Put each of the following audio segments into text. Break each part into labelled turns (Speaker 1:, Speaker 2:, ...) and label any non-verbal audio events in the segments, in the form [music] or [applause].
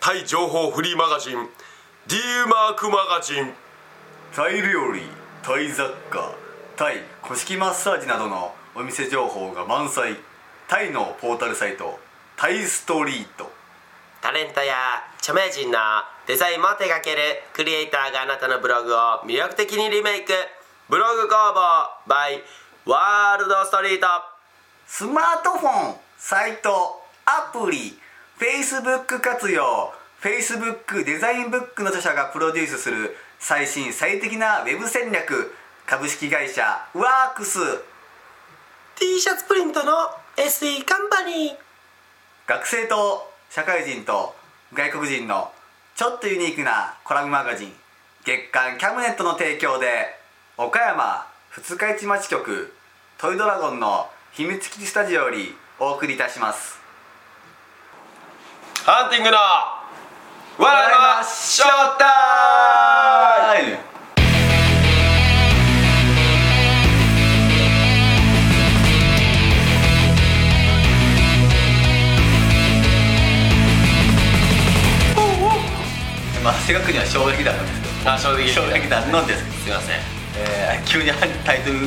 Speaker 1: タイ情報フリーマガジン D マークマガジン
Speaker 2: タイ料理タイ雑貨タイ古式マッサージなどのお店情報が満載タイのポータルサイトタイストリート
Speaker 1: タレントや著名人のデザインも手掛けるクリエイターがあなたのブログを魅力的にリメイクブログ工房 by ワールドストリート
Speaker 2: スマートフォンサイトアプリ Facebook 活用 Facebook デザインブックの著者がプロデュースする最新最適なウェブ戦略株式会社ワークス
Speaker 1: T シャツプリントの SE カンパニー
Speaker 2: 学生と社会人と外国人のちょっとユニークなコラムマガジン月刊キャムネットの提供で岡山二日市町局トイドラゴンの秘密基地スタジオよりお送りいたします
Speaker 1: ハンティングの笑いましょう
Speaker 2: は
Speaker 1: タイ
Speaker 2: いまあ正確には衝撃弾なんですけど
Speaker 1: あ、衝撃
Speaker 2: 衝撃弾なんですけど
Speaker 1: すいません
Speaker 2: えー急にタイトル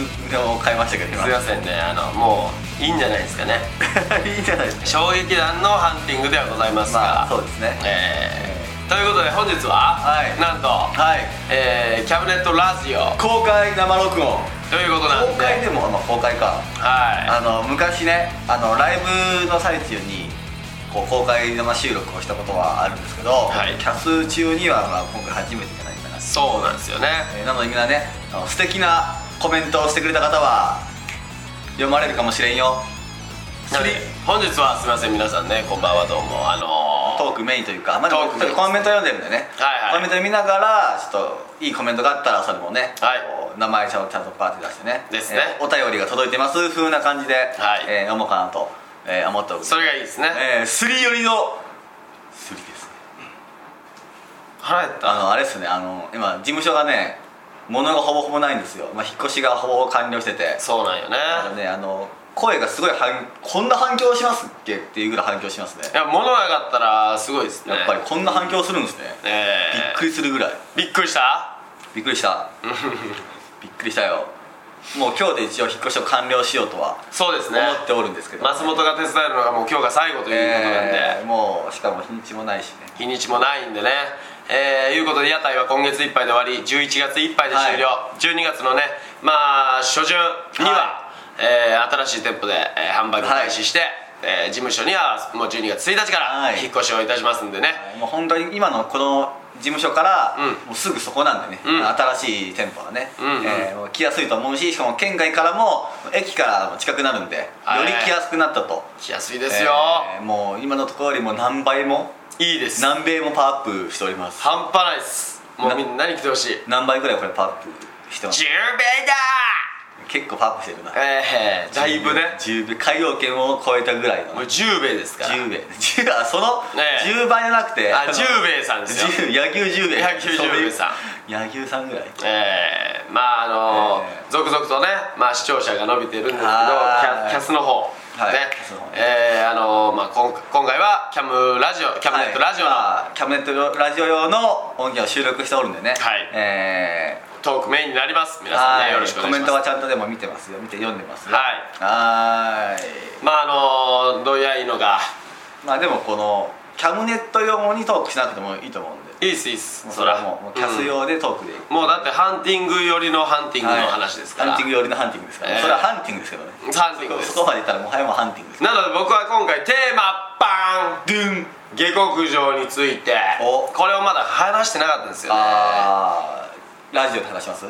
Speaker 2: を変えましたけど今
Speaker 1: すいませんね、あの、もういいんじゃないですかね
Speaker 2: [laughs] いいじゃないですか
Speaker 1: 衝撃弾のハンティングではございますが、
Speaker 2: まあそうですね
Speaker 1: えーということで本日は、
Speaker 2: はい
Speaker 1: なんと、
Speaker 2: はい
Speaker 1: えーキャブネットラジオ
Speaker 2: 公開生録音
Speaker 1: ということなんで
Speaker 2: 公開でもあの公開か
Speaker 1: は
Speaker 2: あの昔ねあのライブの最中にこう公開生収録をしたことはあるんですけど、
Speaker 1: はい
Speaker 2: キャス中には、まあ、今回初めてじゃないかな、
Speaker 1: いそうなんですよね
Speaker 2: えーなのでみんなねあの素敵なコメントをしてくれた方は読まれるかもしれんよ
Speaker 1: なので本日はすいません皆さんねこんばんはどうもあの
Speaker 2: トークメインというか、まあ、でも
Speaker 1: トークメイン
Speaker 2: コメント読んでるんでね、
Speaker 1: はいはい
Speaker 2: コメント見ながらちょっといいコメントがあったらそれもね、
Speaker 1: はい
Speaker 2: こう名前ちゃんとちゃんとパーティー出してね
Speaker 1: ですね
Speaker 2: えーお便りが届いてます風な感じで、
Speaker 1: はい
Speaker 2: えー読もうかなと、えー思っております
Speaker 1: それがいいですね、
Speaker 2: えー、スリ寄りのスリですね
Speaker 1: 腹減った
Speaker 2: あのあれですねあの今事務所がね物がほぼほぼないんですよ、まあ、引っ越しがほぼほぼ完了してて
Speaker 1: そうなんよね
Speaker 2: あのねあの声がすごい反こんな反響しますっけっていうぐらい反響しますね
Speaker 1: いや物なかったらすごいですね
Speaker 2: やっぱりこんな反響するんですね、
Speaker 1: え
Speaker 2: びっ
Speaker 1: ー
Speaker 2: くりするぐらい
Speaker 1: びっくりした
Speaker 2: びっく
Speaker 1: [laughs]
Speaker 2: りしたびっくりしたよもう今日で一応引っ越しを完了しようとは
Speaker 1: そうです
Speaker 2: 思
Speaker 1: ね
Speaker 2: っておるんですけど、
Speaker 1: 松本が手伝えるのがもう今日が最後ということなんで、
Speaker 2: えーもうしかも日にちもないしね
Speaker 1: 日にちもないんでねえー、いうことで屋台は今月いっぱいで終わり11月いっぱいで終了、12月のねまあ初旬には、えー新しい店舗で、えー販売も開始して、えー事務所にはもう12月1日から
Speaker 2: はい
Speaker 1: 引っ越しをいたしますんでね、
Speaker 2: もう本当に今のこの事務所から、
Speaker 1: うん
Speaker 2: もうすぐそこなんでね、
Speaker 1: ん
Speaker 2: 新しい店舗はね、
Speaker 1: んうん
Speaker 2: えーもう来やすいと思うししかも県外からも駅からも近くなるんでよ
Speaker 1: はい
Speaker 2: り来やすくなったと、
Speaker 1: 来やすいですよ、
Speaker 2: えーもう今のところよりも何倍も
Speaker 1: いいです
Speaker 2: 何倍もパワーアップしております
Speaker 1: 半端ないっすもう
Speaker 2: な
Speaker 1: みんなに来てほしい
Speaker 2: 何倍ぐらいこれパワーアップしてます
Speaker 1: 10倍だ
Speaker 2: 結構パワーアップしてるな
Speaker 1: えー、だいぶね
Speaker 2: 10倍海洋圏を超えたぐらいの
Speaker 1: もう10倍ですから
Speaker 2: 10倍10あその
Speaker 1: ねえ
Speaker 2: 10倍じゃなくて
Speaker 1: あ10倍さんですよ
Speaker 2: 10野球10倍
Speaker 1: 野球10倍さん
Speaker 2: 野球さんぐらい
Speaker 1: えー、まああの
Speaker 2: えー
Speaker 1: 続々とね、まあ、視聴者が伸びてるんですけどキ
Speaker 2: は
Speaker 1: ャ
Speaker 2: い
Speaker 1: キャスの方、
Speaker 2: はい
Speaker 1: ね
Speaker 2: キャスの方ね
Speaker 1: えーあのまあ、こん今回はキャムラジオキャムネットラジオの
Speaker 2: はいキャブネットラジオ用の音源を収録しておるんでね
Speaker 1: はい
Speaker 2: え
Speaker 1: トークメインになります
Speaker 2: ー
Speaker 1: 皆さん
Speaker 2: は
Speaker 1: ねよろしくお
Speaker 2: コ
Speaker 1: 願い
Speaker 2: メ
Speaker 1: し
Speaker 2: ン
Speaker 1: ます
Speaker 2: トはちゃんとでも見てますよ見て読んでますよ
Speaker 1: はい
Speaker 2: はーい
Speaker 1: まああのどうやいいのが
Speaker 2: まあでもこのキャブネット用にトークしなくてもいいと思うんで
Speaker 1: いいっすいいっす
Speaker 2: それはもうもうキャス、用でトークでいく
Speaker 1: うんもうだってハンティング寄りのハンティングの話ですから、
Speaker 2: ハンティング寄りのハンティングですから、
Speaker 1: えー
Speaker 2: それはハンティングですけどね
Speaker 1: ハンティングです
Speaker 2: そこまでいったらもはやもうハンティングです
Speaker 1: なので僕は今回テーマバーン
Speaker 2: ドゥン
Speaker 1: 下克上について
Speaker 2: お
Speaker 1: これをまだ話してなかったんですよねは
Speaker 2: あーラジオで話します
Speaker 1: い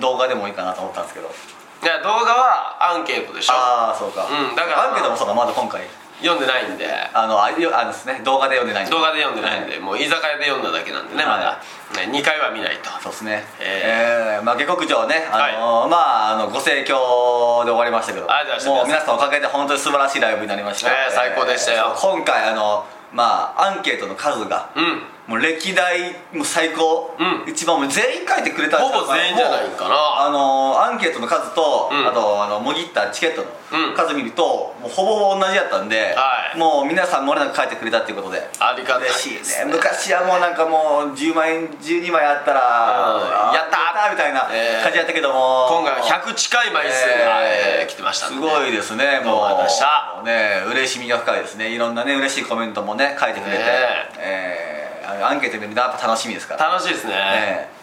Speaker 2: 動画でもいいかなと思ったんですけど
Speaker 1: いや動画はアンケートでしょ
Speaker 2: ああそうか、
Speaker 1: うんだから
Speaker 2: アンケートもそうだまだ今回
Speaker 1: 読んでないんで
Speaker 2: あのあよあのですね動画で読んでない
Speaker 1: 動画で読んでないんで、もう居酒屋で読んだだけなんでね、まだ、ね、2回は見ないと
Speaker 2: そうですね
Speaker 1: え
Speaker 2: えーまあ下克上ねあのーまああのご盛況で終わりましたけど
Speaker 1: ありがとう
Speaker 2: も
Speaker 1: ございました
Speaker 2: う皆さんのおかげで本当に素晴らしいライブになりました、
Speaker 1: えー最高でしたよ
Speaker 2: そう今回あのまあアンケートの数が、
Speaker 1: うん
Speaker 2: もう歴代もう最高、
Speaker 1: うん
Speaker 2: 一番もう全員書いてくれたんですよ
Speaker 1: ほぼ全員じゃないかな
Speaker 2: もうあのーアンケートの数と、
Speaker 1: うん
Speaker 2: あとあのもぎったチケット
Speaker 1: うん
Speaker 2: の数見ると、もうほぼ同じやったんで、
Speaker 1: はい
Speaker 2: もう皆さん漏れなく書いてくれたっていうことで
Speaker 1: ありがたいで
Speaker 2: 嬉
Speaker 1: す
Speaker 2: しい
Speaker 1: ね
Speaker 2: ね昔はもうなんかもう10枚12枚あったら
Speaker 1: うん
Speaker 2: やったーみたいな
Speaker 1: えー
Speaker 2: 感じやったけども
Speaker 1: 今回は100近い枚数が、え
Speaker 2: え
Speaker 1: ー
Speaker 2: ー
Speaker 1: 来てましたんで
Speaker 2: すごいですねもう
Speaker 1: どうもありがとうございました
Speaker 2: もうね嬉しみが深いですねいろんなね嬉しいコメントもね書いてくれて、
Speaker 1: ね
Speaker 2: えーあのアンケート見るのやっぱ楽しみですから
Speaker 1: 楽しいですね、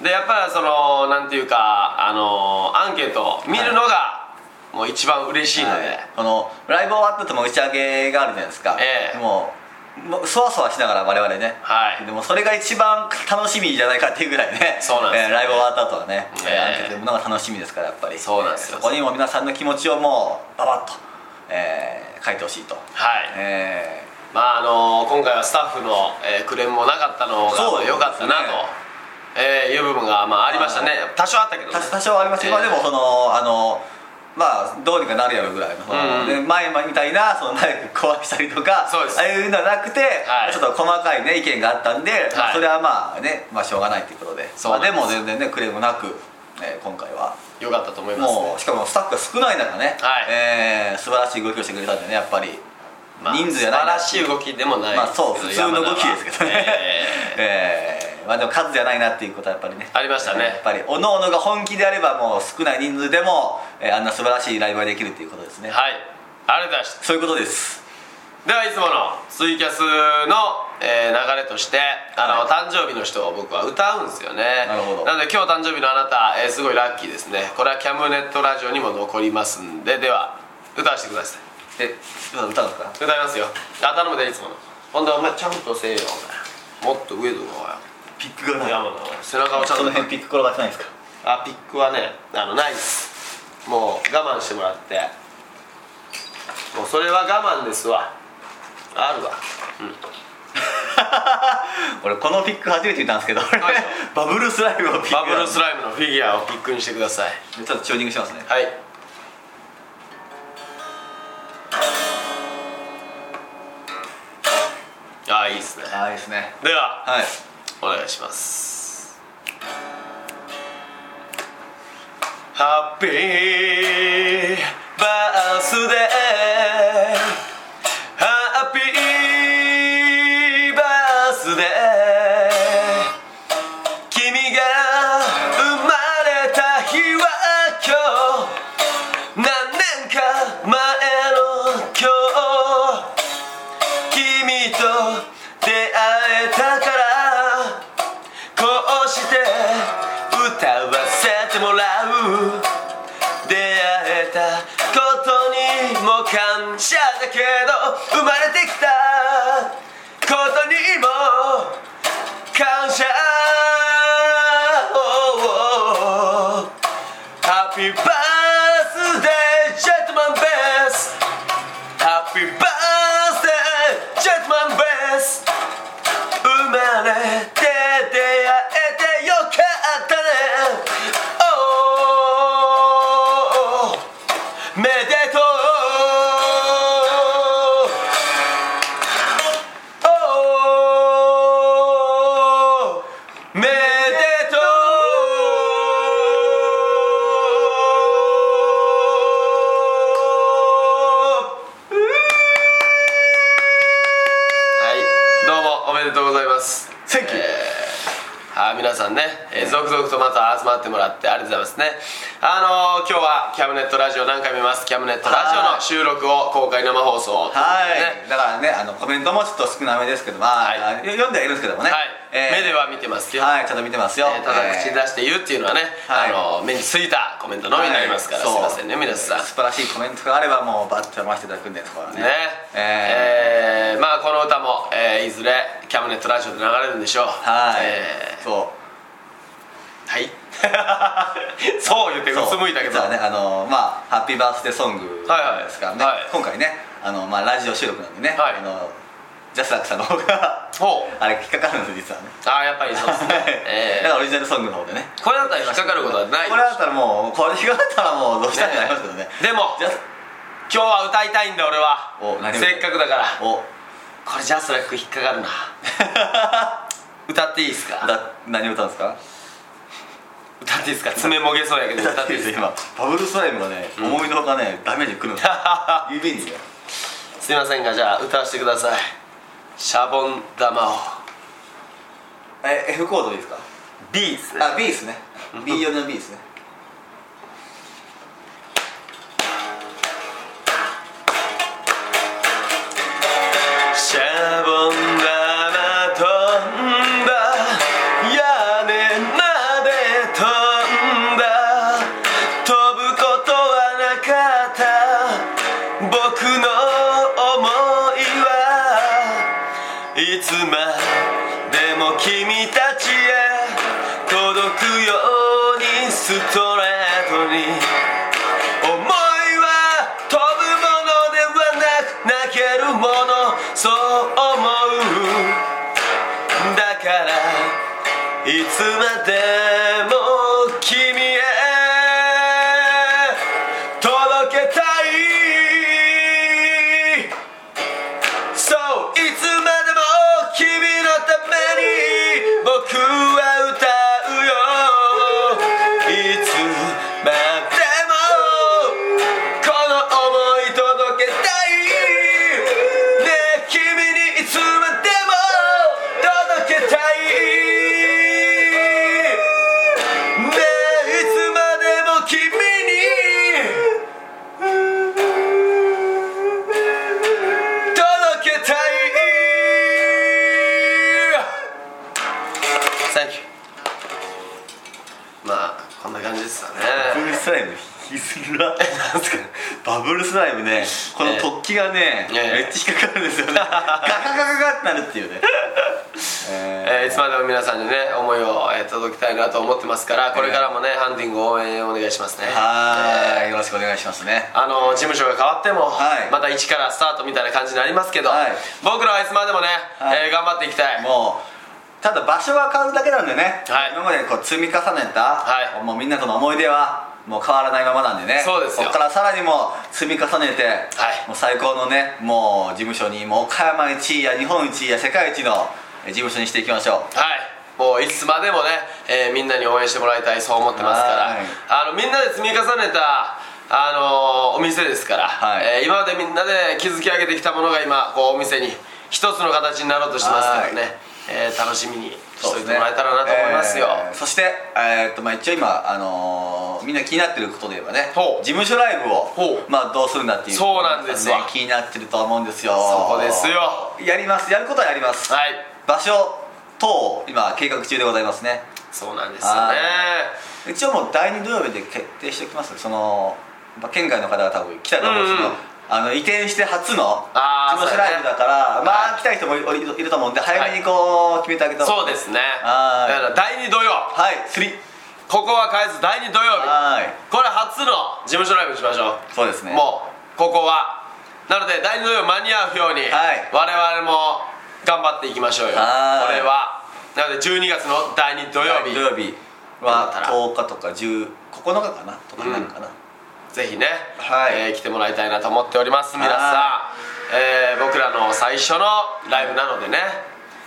Speaker 2: え
Speaker 1: でやっぱりそのなんていうかあのアンケート見るのが、もう一番嬉しいので、
Speaker 2: はいこのライブ終わったとも打ち上げがあるじゃないですか、
Speaker 1: ええ
Speaker 2: もうもうそわそわしながら我々ね、
Speaker 1: はい
Speaker 2: でもそれが一番楽しみじゃないかっていうぐらいね
Speaker 1: そうなんですよ
Speaker 2: えーライブ終わった後はね、
Speaker 1: ええ
Speaker 2: えーアンケート読むのが楽しみですからやっぱり
Speaker 1: そうなんですよ
Speaker 2: えーそこにも皆さんの気持ちをもうババッと、えー書いてほしいと、
Speaker 1: はい、
Speaker 2: え
Speaker 1: まああの今回はスタッフの、えークレームもなかったの
Speaker 2: そ
Speaker 1: が
Speaker 2: うですね
Speaker 1: 良かったなと、えーいう部分が、まあ、ありましたね多少あったけど
Speaker 2: ー
Speaker 1: ね
Speaker 2: 多多少はありますけど、
Speaker 1: ええ
Speaker 2: まあでもそのあのまあどうにかなるやろぐらいのその、
Speaker 1: うん
Speaker 2: で前々みたいなそのナイフ壊したりとか
Speaker 1: そうです
Speaker 2: ああいうのはなくて、
Speaker 1: はい
Speaker 2: ちょっと細かいね意見があったんで、まあそれはまあね、まあ、しょうがないということで
Speaker 1: そうなんで
Speaker 2: まあ、
Speaker 1: す
Speaker 2: でも全然ねクレームなく、えー今回は
Speaker 1: 良かったと思いますね
Speaker 2: もうしかもスタッフが少ない中ね、
Speaker 1: はい
Speaker 2: えー素晴らしい動きをしてくれたんでねやっぱり、
Speaker 1: まあ
Speaker 2: 人数じゃないな
Speaker 1: 素晴らしい動きでもない
Speaker 2: まあそう
Speaker 1: で
Speaker 2: 普
Speaker 1: すけ
Speaker 2: 通
Speaker 1: ど
Speaker 2: の動きですけどね、
Speaker 1: えー
Speaker 2: [laughs] えーまあでも数じゃないなっていうことはやっぱりね
Speaker 1: ありましたね
Speaker 2: やっぱりおのおのが本気であればもう少ない人数でも、えーあんな素晴らしいライブができるっていうことですね、
Speaker 1: はいありがとうございました
Speaker 2: そういうことです
Speaker 1: ではいつものツイキャスの、えー流れとしてあの、誕生日の人を僕は歌うんですよね
Speaker 2: なるほど
Speaker 1: なので今日誕生日のあなた、えーすごいラッキーですねこれはキャムネットラジオにも残りますんででは歌わせてください
Speaker 2: え今歌うんですか
Speaker 1: 歌いますよあ頼むでいつものほんでお前ちゃんとせえよお前もっと上とか
Speaker 2: ピックが
Speaker 1: お
Speaker 2: ないい
Speaker 1: 山の背中をちゃん
Speaker 2: そ
Speaker 1: と
Speaker 2: の辺ピック転がってないんです
Speaker 1: [laughs]
Speaker 2: か
Speaker 1: あピックはねあのないですもう我慢してもらってもうそれは我慢ですわあるわ
Speaker 2: 俺このピック初めて見たんですけど俺
Speaker 1: はい
Speaker 2: [laughs] バブルスライムをピック
Speaker 1: バブルスライムのフィギュアをピックにしてください
Speaker 2: ちょっとチューニングしますね
Speaker 1: はいああいいですね
Speaker 2: ああいいですね
Speaker 1: では
Speaker 2: はい
Speaker 1: お願いしますハッピーバースデーハッピーバースデー君が生まれた日は今日何年か前の今日君と出会えたからこうして歌わせてもらう出会えたことにも感謝だけど生まれてきたことにも感謝ハッピーバースデージェットマンベースハッピーバースデージェットマンベース生まれて出会えてよかったね Oh めでとう Oh めでとうはい、どうもおめでとうございます。
Speaker 2: センキュー
Speaker 1: あー皆さんね、えー続々とまた集まってもらってありがとうございますねあのー今日はキャムネットラジオ何回も見ますキャムネットラジオの収録を公開生放送とうこと
Speaker 2: はい、
Speaker 1: でね
Speaker 2: だからねあのコメントもちょっと少なめですけどまあ、
Speaker 1: は
Speaker 2: 読んではいるんですけどもね、
Speaker 1: はい、
Speaker 2: え
Speaker 1: 目
Speaker 2: ー
Speaker 1: では見てますよ、
Speaker 2: はいちゃんと見てますよ、
Speaker 1: えーただ口に出して言うっていうのはね、
Speaker 2: はい
Speaker 1: あのー目についたコメントのみになりますから、
Speaker 2: はい
Speaker 1: すいま
Speaker 2: そう
Speaker 1: せんね皆さん
Speaker 2: 素晴らしいコメントがあればもうバッと読ませていただくんですから
Speaker 1: ね
Speaker 2: ねえ
Speaker 1: えーまあこの歌も、えーいずれキャムネットラジオで流れるんでしょう
Speaker 2: ーはい、
Speaker 1: えー
Speaker 2: そう
Speaker 1: はい [laughs] そう言ってうつ
Speaker 2: そう
Speaker 1: むいたけど
Speaker 2: 実はねあのまあハッピーバースデーソング
Speaker 1: はいはい
Speaker 2: ですからね、
Speaker 1: はい
Speaker 2: 今回ねああの、まあ、ラジオ収録なんでね、
Speaker 1: はい
Speaker 2: あのジャスラックさんの
Speaker 1: [laughs]
Speaker 2: 方が
Speaker 1: ほう
Speaker 2: あれ引っかかるんです実はね
Speaker 1: ああやっぱりそうです
Speaker 2: [laughs]
Speaker 1: ねえ
Speaker 2: だ
Speaker 1: え
Speaker 2: からオリジナルソングの方でね
Speaker 1: これだったら引っかかることはない
Speaker 2: これだったらもうこれ引っかかったらもうどうしたってなりますけどね
Speaker 1: でも
Speaker 2: ジャス
Speaker 1: 今日は歌いたいんだ俺は
Speaker 2: お何
Speaker 1: せっかくだから
Speaker 2: お
Speaker 1: これジャスラック引っかかるな [laughs] 歌っていいですか
Speaker 2: だ何歌うんですか
Speaker 1: 歌っていいですか爪もげそうやけど歌っていいですか
Speaker 2: 今バブルスライムがね、思いのほかねダメー
Speaker 1: [laughs]
Speaker 2: ジくるの指にね
Speaker 1: すいませんがじゃあ歌わせてくださいシャボン玉を
Speaker 2: え F コードですか
Speaker 1: B ですね
Speaker 2: あ B ですね B 用の B ですね
Speaker 1: シャボン玉飛んだ屋根まで飛んだ飛ぶことはなかった僕の想いはいつまでも君たちへ届くようにストレートに思いは飛ぶものではなく泣けるものそう思うだからいつまでも君へ届けたい So いつまでも君のために僕は歌うよいつまでもこの想い届けたいねえ君にいつまでも届けたいねえいつまでも君に届けたい Thank you まあこんな感じですよね
Speaker 2: バブルスライム引きすぎだなんすかバブルスライムねこの
Speaker 1: ええ
Speaker 2: 突起がね、
Speaker 1: ええ
Speaker 2: めっちゃ引っかかるんですよねガカガカガカってなるっていうね
Speaker 1: え
Speaker 2: え
Speaker 1: ーいつまでも皆さんにね思いを、えー届けたいなと思ってますからこれからもね、ハンディング応援お願いしますね
Speaker 2: は
Speaker 1: えー
Speaker 2: ーいよろしくお願いしますね
Speaker 1: あの事務所が変わっても、
Speaker 2: はい
Speaker 1: また一からスタートみたいな感じになりますけど、
Speaker 2: はい
Speaker 1: 僕らはいつまでもね、
Speaker 2: はい
Speaker 1: えー頑張っていきたい
Speaker 2: もうただ場所が変わるだけなんでね、
Speaker 1: はい
Speaker 2: 今までこう積み重ねた、
Speaker 1: はい
Speaker 2: もうみんなとの思い出はもう変わらないままなんでね
Speaker 1: そうですよ
Speaker 2: ここからさらにもう積み重ねて、
Speaker 1: い
Speaker 2: もう最高のねもう事務所にもう岡山一位や日本一位や世界一のえ事務所にしていきましょう
Speaker 1: はいもういつまでもね、えーみんなに応援してもらいたいそう思ってますから
Speaker 2: はい
Speaker 1: あのみんなで積み重ねたあのーお店ですから、
Speaker 2: はい
Speaker 1: えー今までみんなで築き上げてきたものが今こうお店に一つの形になろうとしてますからね、えー楽しみにしといてもらえたらなと思いますよ
Speaker 2: えーそして、えーっとまあ、一応今、あのーみんな気になってることで言えばね
Speaker 1: ほう
Speaker 2: 事務所ライブ
Speaker 1: ほ
Speaker 2: を、
Speaker 1: う
Speaker 2: まあ、どうするんだっていう
Speaker 1: そうなんですよ
Speaker 2: ね気になってると思うんですよ
Speaker 1: そこですよ
Speaker 2: やりますやることはやります、
Speaker 1: はい
Speaker 2: 場所等を今計画中でございますね
Speaker 1: そうなんですよね
Speaker 2: は一応もう第2土曜日で決定しておきますその、まあ、県外の方が多分来たと思うんですけど、
Speaker 1: うん
Speaker 2: あの移転して初の
Speaker 1: あー
Speaker 2: 事務所ライブだか
Speaker 1: そう
Speaker 2: ら
Speaker 1: だねは
Speaker 2: まあ
Speaker 1: い
Speaker 2: 来たい人もいいるいると思うんで早めにこう、決めてあげた
Speaker 1: そう
Speaker 2: で
Speaker 1: ですね
Speaker 2: はい
Speaker 1: だから第2土曜
Speaker 2: はい釣り
Speaker 1: ここは変えず第2土曜日
Speaker 2: はい
Speaker 1: これ初の事務所ライブにしましょう
Speaker 2: そうですね
Speaker 1: もうここはなので第2土曜間に合うように、
Speaker 2: はい
Speaker 1: 我々も頑張っていきましょうよこ
Speaker 2: はい
Speaker 1: れはなので12月の第2土曜日
Speaker 2: 土曜日は10日とか10 9日かなとかなんかな、
Speaker 1: ぜひね、
Speaker 2: はい
Speaker 1: えー来てもらいたいなと思っております皆さ
Speaker 2: は
Speaker 1: ん、えー僕らの最初のライブなのでね、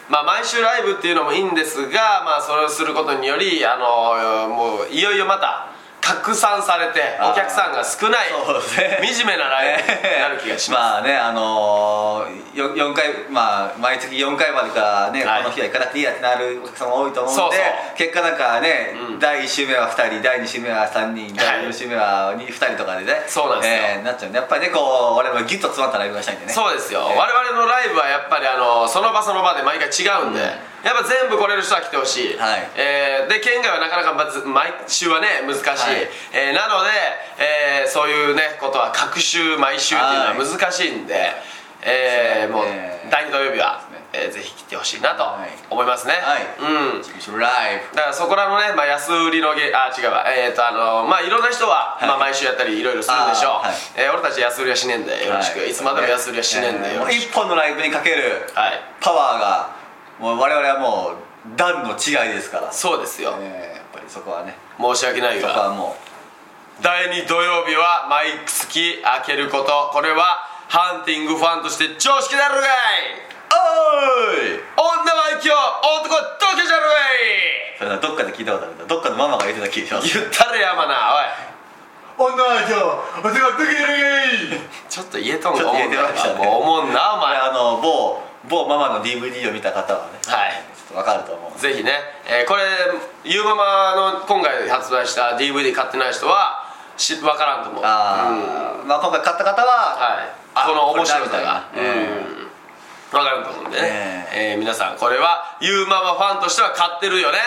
Speaker 1: まあ、毎週ライブっていうのもいいんですが、まあ、それをすることにより、あのーもういよいよまた拡散されてお客さんが少ない
Speaker 2: そうですね
Speaker 1: 惨めなライブになる気がします
Speaker 2: [laughs] まあねあのー、よ4回まあ毎月4回までからね、
Speaker 1: はい
Speaker 2: この日は行かなくていいやってなるお客様多いと思うん
Speaker 1: そう
Speaker 2: で
Speaker 1: そう
Speaker 2: 結果なんかね、
Speaker 1: うん
Speaker 2: 第1週目は2人第2週目は3人第4週目は 2, 人とかでね
Speaker 1: そうなんですよ
Speaker 2: えーなっちゃうんでやっぱりねこう我々もギュッと詰まったライブがしたいんでね
Speaker 1: そうですよ、
Speaker 2: えー
Speaker 1: 我々のライブはやっぱりあのその場その場で毎回違うんで、
Speaker 2: うん
Speaker 1: やっぱ全部来れる人は来てほしい、
Speaker 2: はい
Speaker 1: えーで県外はなかなかまず毎週はね難しい、
Speaker 2: はい
Speaker 1: えーなので、えーそういうねことは各週毎週っていうのは難しいんで、えーもう
Speaker 2: そうですね
Speaker 1: 第2土曜日は
Speaker 2: そうですね
Speaker 1: えーぜひ来てほしいなと
Speaker 2: はい
Speaker 1: 思いますね、
Speaker 2: はい
Speaker 1: うん
Speaker 2: 事務所ライブ
Speaker 1: だからそこらのね、まあ、安売りのゲあ違うわえっ、とあのまあいろんな人は、
Speaker 2: い
Speaker 1: まあ、毎週やったりいろいろするでしょう、
Speaker 2: あーはい
Speaker 1: えー俺たち安売りはしねえんでよろしく、、
Speaker 2: はい
Speaker 1: つまでも安売りはしねえんでよ
Speaker 2: もう
Speaker 1: ろしく、
Speaker 2: 一本のライブにかける
Speaker 1: はい
Speaker 2: パワーがもう我々はもう段の違いですから
Speaker 1: そうですよ、
Speaker 2: えーやっぱりそこはね
Speaker 1: 申し訳ない
Speaker 2: そこ
Speaker 1: が
Speaker 2: はも
Speaker 1: 第2土曜日は毎月開けることこれはハンティングファンとして常識だろうがいおーい女は生を男は同居じゃろう
Speaker 2: うそれはどっかで聞いたことあるんだどっかのママが言ってた気がしま
Speaker 1: がい
Speaker 2: す
Speaker 1: 言ったれやまなおい
Speaker 2: 女は今日お世話かけるがい
Speaker 1: ちょっと言えとん
Speaker 2: ち
Speaker 1: か
Speaker 2: ょっと
Speaker 1: 思う
Speaker 2: 言え
Speaker 1: ん
Speaker 2: て
Speaker 1: だ
Speaker 2: ましたね
Speaker 1: もう思うんなお前は
Speaker 2: あの某某ママの DVD を見た方はねちょ
Speaker 1: い
Speaker 2: っとわかると思う
Speaker 1: ぜひね、えーこれゆうままの今回発売した DVD 買ってない人はし分からんと思う
Speaker 2: ああ、まあ今回買った方は、
Speaker 1: はい
Speaker 2: あ
Speaker 1: この面白さが
Speaker 2: これだみたいな
Speaker 1: うん分かると思うんでね、
Speaker 2: え
Speaker 1: えー皆さんこれはゆうママファンとしては買ってるよね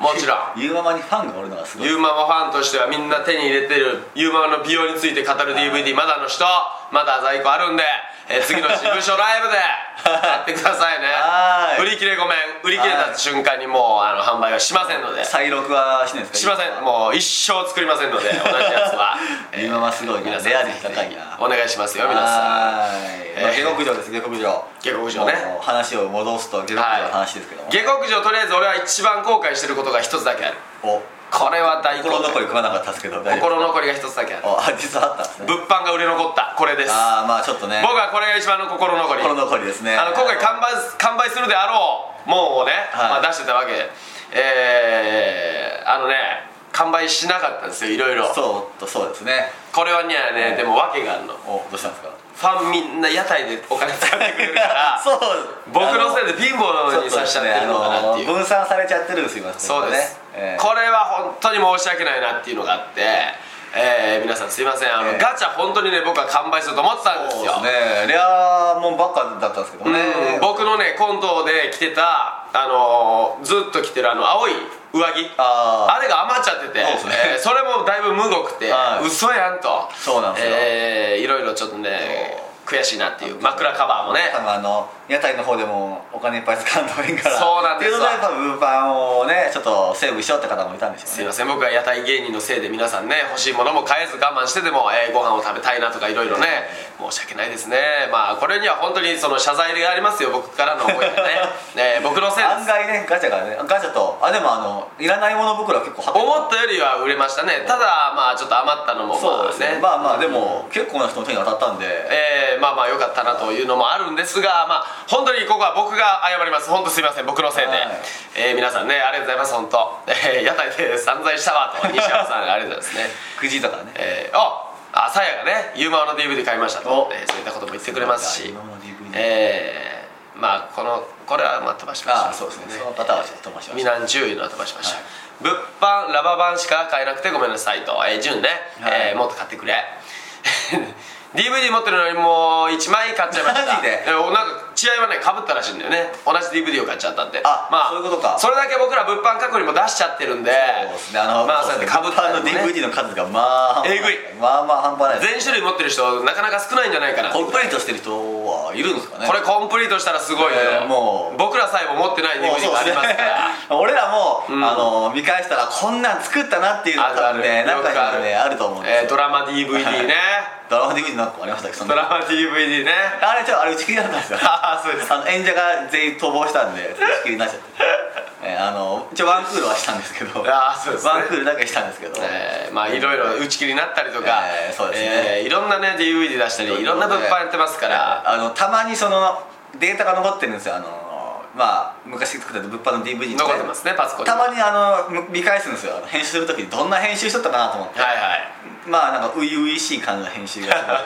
Speaker 1: もちろん
Speaker 2: ゆうままにファンがおるのがすごい
Speaker 1: ゆうママファンとしてはみんな手に入れてるゆうママの美容について語る DVD まだの人まだ在庫あるんで、えー次の事務所ライブで買ってくださいね
Speaker 2: [laughs] はーい
Speaker 1: 売り切れごめん売り切れた瞬間にもうあの販売はしませんので
Speaker 2: 再録はしないですか
Speaker 1: しませんもう一生作りませんので
Speaker 2: [laughs]
Speaker 1: 同じやつは
Speaker 2: ゆうまますごいな
Speaker 1: 皆さん
Speaker 2: レア
Speaker 1: ぜ
Speaker 2: 率
Speaker 1: ひぜ
Speaker 2: 高い
Speaker 1: ひ
Speaker 2: な
Speaker 1: お願いしますよ皆さん
Speaker 2: はーい、まあ、
Speaker 1: えー
Speaker 2: 下克上です下克上
Speaker 1: 下克上ね
Speaker 2: もう話を戻すと下克上の話ですけども、
Speaker 1: 下克上とりあえず俺は一番後悔してることが一つだけある
Speaker 2: お
Speaker 1: これは大後悔
Speaker 2: 心残り食わなかったですけど大丈夫
Speaker 1: 心残りが一つだけある
Speaker 2: おあ実はあったんですね
Speaker 1: 物販が売れ残ったこれです
Speaker 2: ああまあちょっとね
Speaker 1: 僕はこれが一番の心残り
Speaker 2: 心残りですね
Speaker 1: あの今回完売完売するであろうもんをね、
Speaker 2: はい
Speaker 1: まあ、出してたわけえー、あのね完売しなかったんですよいろいろ
Speaker 2: そうとそうですね
Speaker 1: これはねねでも訳があるの
Speaker 2: おどうしたんです
Speaker 1: [laughs]
Speaker 2: か
Speaker 1: ファンみんな屋台でお金使ってくれるから
Speaker 2: [laughs] そう
Speaker 1: 僕のせい
Speaker 2: で
Speaker 1: で貧乏にさせちゃってるのかなっていう
Speaker 2: 分散されちゃってるんです今
Speaker 1: そうです、
Speaker 2: えー
Speaker 1: これは本当に申し訳ないなっていうのがあって、えー皆さんすいませんあの、
Speaker 2: ええ
Speaker 1: ガチャ本当にね僕は完売すると思ってたんですよ
Speaker 2: そうですねレアもんばっかだったんですけどね
Speaker 1: うん僕のねコントで着てた、あのーずっと着てるあの青い上着
Speaker 2: あ
Speaker 1: あれが余っちゃってて
Speaker 2: そうですね
Speaker 1: えーそれもだいぶ無ごくて、
Speaker 2: はい
Speaker 1: 嘘やんと
Speaker 2: そうなんですよ
Speaker 1: えーいろいろちょっとね悔しいなっていう枕カバーもね
Speaker 2: あ多分あの屋台の方でもお金いっぱい使わんといいから
Speaker 1: そうなんです
Speaker 2: っていう
Speaker 1: わ
Speaker 2: のでやっぱ物販をねちょっとセーブしようって方もいたんで
Speaker 1: す
Speaker 2: す
Speaker 1: い
Speaker 2: よね
Speaker 1: ません僕は屋台芸人のせいで皆さんね欲しいものも買えず我慢してでも、えーご飯を食べたいなとかいろいろね申し訳ないですねまあこれには本当にその謝罪がありますよ僕からの思いがね
Speaker 2: [laughs]
Speaker 1: ね僕のせいで
Speaker 2: 案
Speaker 1: す
Speaker 2: 外ねガチャがねガチャとあでもあのいらないもの袋は結構貼って
Speaker 1: 思ったよりは売れましたねただまあちょっと余ったのも
Speaker 2: そう
Speaker 1: ま
Speaker 2: で
Speaker 1: あ
Speaker 2: すね
Speaker 1: ね
Speaker 2: まあまあでも結構な人の手に当たったんで
Speaker 1: えーまあまあ良かったなというのもあるんですがまあ本当にここは僕が謝ります本当すいません僕のせいで、
Speaker 2: はい
Speaker 1: えー皆さんねありがとうございます本当、えー屋台で散財したわと西山さんありがとうございますね
Speaker 2: 9時とかね
Speaker 1: えー、ああさやがね「ユーマオの DVD 買いましたと」
Speaker 2: お
Speaker 1: えーそういったことも言ってくれますし
Speaker 2: ユーマオの DVD
Speaker 1: えーまあこのこれはまあ飛ばしました
Speaker 2: ああそうですねそのパターンはちょっと飛ばしま
Speaker 1: 避
Speaker 2: した
Speaker 1: 難注意のは飛ばしました、
Speaker 2: はい
Speaker 1: 物販ラバ版しか買えなくてごめんなさいと、えー、ジュンね、
Speaker 2: はい
Speaker 1: えーもっと買ってくれ [laughs] DVD 持ってるのにもう1枚買っちゃいました
Speaker 2: マジで
Speaker 1: えーおなんか血合いはねかぶったらしいんだよね同じ DVD を買っちゃったんで
Speaker 2: あそういうことか
Speaker 1: それだけ僕ら物販過去にも出しちゃってるんで
Speaker 2: そうですねあの
Speaker 1: まあそうやってかぶったり
Speaker 2: の
Speaker 1: もね
Speaker 2: DVD の数がまあ
Speaker 1: えぐい
Speaker 2: まあまあ半端ないで
Speaker 1: 全
Speaker 2: す
Speaker 1: 種類持ってる人なかなか少ないんじゃないかな
Speaker 2: コンプレートしてる人はいるんですか
Speaker 1: こ
Speaker 2: ね
Speaker 1: れコンプリートしたらすごいよ、
Speaker 2: えーもう
Speaker 1: 僕らさえも持ってない
Speaker 2: もう
Speaker 1: DVD
Speaker 2: そう
Speaker 1: もあり
Speaker 2: です
Speaker 1: ます
Speaker 2: ね
Speaker 1: から、
Speaker 2: 俺ら [laughs] も、
Speaker 1: ん
Speaker 2: あの見返したらこんなん作ったなっていうのが多分ね
Speaker 1: よく
Speaker 2: 中にはねあると思うんですよ、
Speaker 1: えードラマ DVD
Speaker 2: [laughs]
Speaker 1: ね
Speaker 2: ドラマ DVD なんかありましたっけそん
Speaker 1: ド
Speaker 2: な
Speaker 1: ラマ DVD ね
Speaker 2: あれちょっとあれ打ち切りだったんですよ
Speaker 1: [laughs] ああそうです
Speaker 2: あの演者が全員逃亡したんで打ち切りになっ
Speaker 1: [laughs]
Speaker 2: ちゃって、えーあの一応ワンクールはしたんですけど
Speaker 1: ああそうですね
Speaker 2: ワンクールだけしたんですけど、
Speaker 1: えーまあいろいろ打ち切りになったりとか、
Speaker 2: えーそうですね
Speaker 1: えーいろんなね DVD 出したりいろんな物販やってますから、
Speaker 2: あのたまにそのデータが残ってるんですよあのまあ昔作った物販の DVD とか
Speaker 1: 残ってますねパソコンに
Speaker 2: たまにあの見返すんですよあの編集する時にどんな編集しとったかなと思って
Speaker 1: はいはい [laughs]
Speaker 2: まあなんか初々しい感じの編集がすごい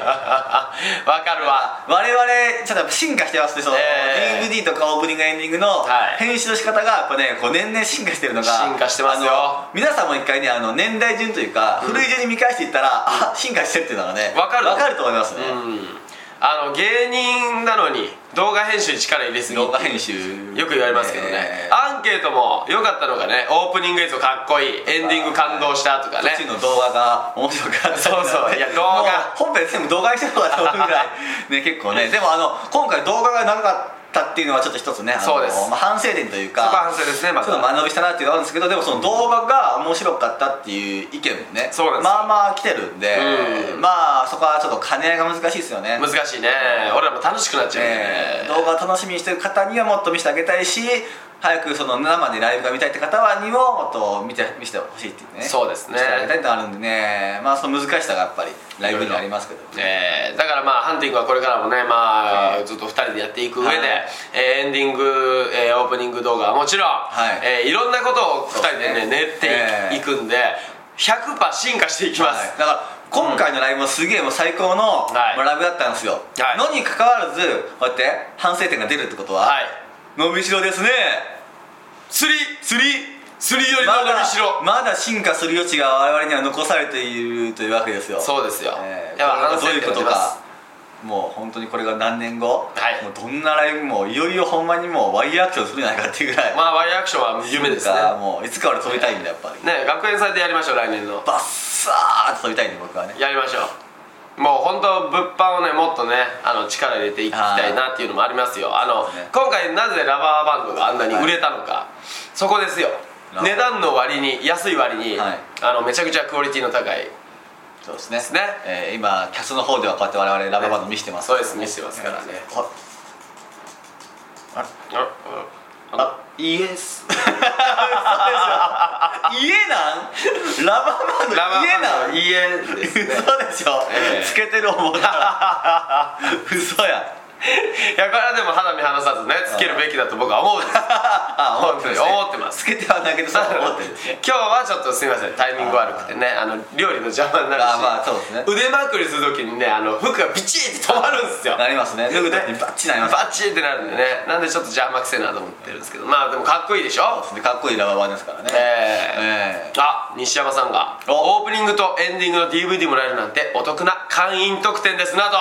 Speaker 1: わかるわ
Speaker 2: 我々ちょっとやっぱ進化してますねその、
Speaker 1: ええ
Speaker 2: DVD とかオープニングエンディングの
Speaker 1: はい
Speaker 2: 編集の仕方がやっぱねこう年々進化してるのが
Speaker 1: 進化してますよ
Speaker 2: あの皆さんも一回ねあの年代順というか、古い順に見返していったら、あ進化してるっていうのがね
Speaker 1: わかる
Speaker 2: わかると思いますね、
Speaker 1: うんあの芸人なのに動画編集に力入れすぎ
Speaker 2: 動画編集
Speaker 1: よく言われますけどね、
Speaker 2: ええ
Speaker 1: アンケートも良かったのがねオープニング映像かっこいいエンディング感動したとかね
Speaker 2: 途中の動画が面白かった
Speaker 1: そうそういや動画 [laughs]
Speaker 2: もう本編全部動画にしたのかと思うぐらいね結構ねでもあの今回動画が長かっったっていうのはちょっと一つねあの
Speaker 1: そうです
Speaker 2: まあ、反省点というか
Speaker 1: そこは反省ですねまず
Speaker 2: ちょっと学びしたなっていうのはあるんですけどでもその動画が面白かったっていう意見もね
Speaker 1: そうなんですよ
Speaker 2: まあまあ来てるんで、
Speaker 1: うん
Speaker 2: まあそこはちょっと兼ね合いが難しいですよね
Speaker 1: 難しいね俺らも楽しくなっちゃうよ
Speaker 2: え
Speaker 1: ね
Speaker 2: ー動画を楽しみにしてる方にはもっと見せてあげたいし早くその生でライブが見たいって方はにももっと見て見せてほしいっていうね
Speaker 1: そうですね
Speaker 2: 見せてあげたいってのがあるんでねまあその難しさがやっぱりライブにはありますけどね
Speaker 1: えーだからまあハンティングはこれからもねま
Speaker 2: は
Speaker 1: あずっと2人でやっていく上で、
Speaker 2: はい
Speaker 1: えーエンディング、えーオープニング動画はもちろん、
Speaker 2: はい
Speaker 1: えーいろんなことを2人でね
Speaker 2: そ
Speaker 1: 練
Speaker 2: うで
Speaker 1: っ
Speaker 2: す
Speaker 1: てい,、
Speaker 2: ねえー
Speaker 1: くんで100%進化していきます、
Speaker 2: はいだから今回のライブもすげえもう最高の、
Speaker 1: はい
Speaker 2: まあライブだったんですよ、
Speaker 1: はい
Speaker 2: のにかかわらずこうやって反省点が出るってことは、
Speaker 1: はい
Speaker 2: 伸びしろですね
Speaker 1: 釣り釣り釣りより
Speaker 2: ま
Speaker 1: の伸
Speaker 2: だ
Speaker 1: びしろ、
Speaker 2: まだ進化する余地が我々には残されているというわけですよ
Speaker 1: そうですよ、
Speaker 2: えー
Speaker 1: やっぱ反
Speaker 2: これが
Speaker 1: 省
Speaker 2: どういう
Speaker 1: 点
Speaker 2: こ
Speaker 1: が
Speaker 2: と
Speaker 1: 出ます
Speaker 2: かもう本当にこれが何年後、
Speaker 1: はい
Speaker 2: もうどんなライブもいよいよほんまにもうワイヤーアクションするんじゃないかっていうぐらい、
Speaker 1: まあワイヤーアクションは夢ですね
Speaker 2: なんかもういつか俺飛びたいんだやっぱり、
Speaker 1: ね学園祭でやりましょう来年の
Speaker 2: バッサーッと飛びたいんで僕はね
Speaker 1: やりましょうもう本当物販をねもっとねあの力入れていきたいなっていうのもありますよあの
Speaker 2: そうですね
Speaker 1: 今回なぜラバーバンドがあんなに売れたのか、そこですよ
Speaker 2: ラバー
Speaker 1: 値段の割に安い割に、
Speaker 2: はい
Speaker 1: あのめちゃくちゃクオリティの高い
Speaker 2: そうですね
Speaker 1: ね
Speaker 2: えー今キャスの方ではこうやって我々ラバーバンド見せてます
Speaker 1: そうです見せてますからね
Speaker 2: あ
Speaker 1: あああ
Speaker 2: イエス家
Speaker 1: [laughs]
Speaker 2: なんラバーバンド
Speaker 1: ラバ
Speaker 2: 家
Speaker 1: ー
Speaker 2: な
Speaker 1: バ
Speaker 2: ん
Speaker 1: ンド家
Speaker 2: [laughs]
Speaker 1: ですね
Speaker 2: 嘘でしょ、
Speaker 1: ええ
Speaker 2: つけてる思った
Speaker 1: [laughs]
Speaker 2: ら嘘や
Speaker 1: いやこれはでも肌身離さずねつけるべきだと僕は思うんです
Speaker 2: あ
Speaker 1: 思ってますね
Speaker 2: 思ってますつけてはないけどそう思ってる
Speaker 1: 今日 [laughs] はちょっとすみませんタイミング悪くてねあの料理の邪魔になるし
Speaker 2: あまあそうですね
Speaker 1: 腕まくりするときにねあの服がビチッて止まるんですよ
Speaker 2: なりますね脱ぐ時にバッチなります
Speaker 1: バッチってなるんでねなんでちょっと邪魔くせえなと思ってるんですけどまあでもかっこいいでし
Speaker 2: そう
Speaker 1: ょ
Speaker 2: ですねかっこいいラバーバンドですからね
Speaker 1: え
Speaker 2: え
Speaker 1: ー、あ西山さんがオープニングとエンディングの DVD もらえるなんてお得な会員特典ですなど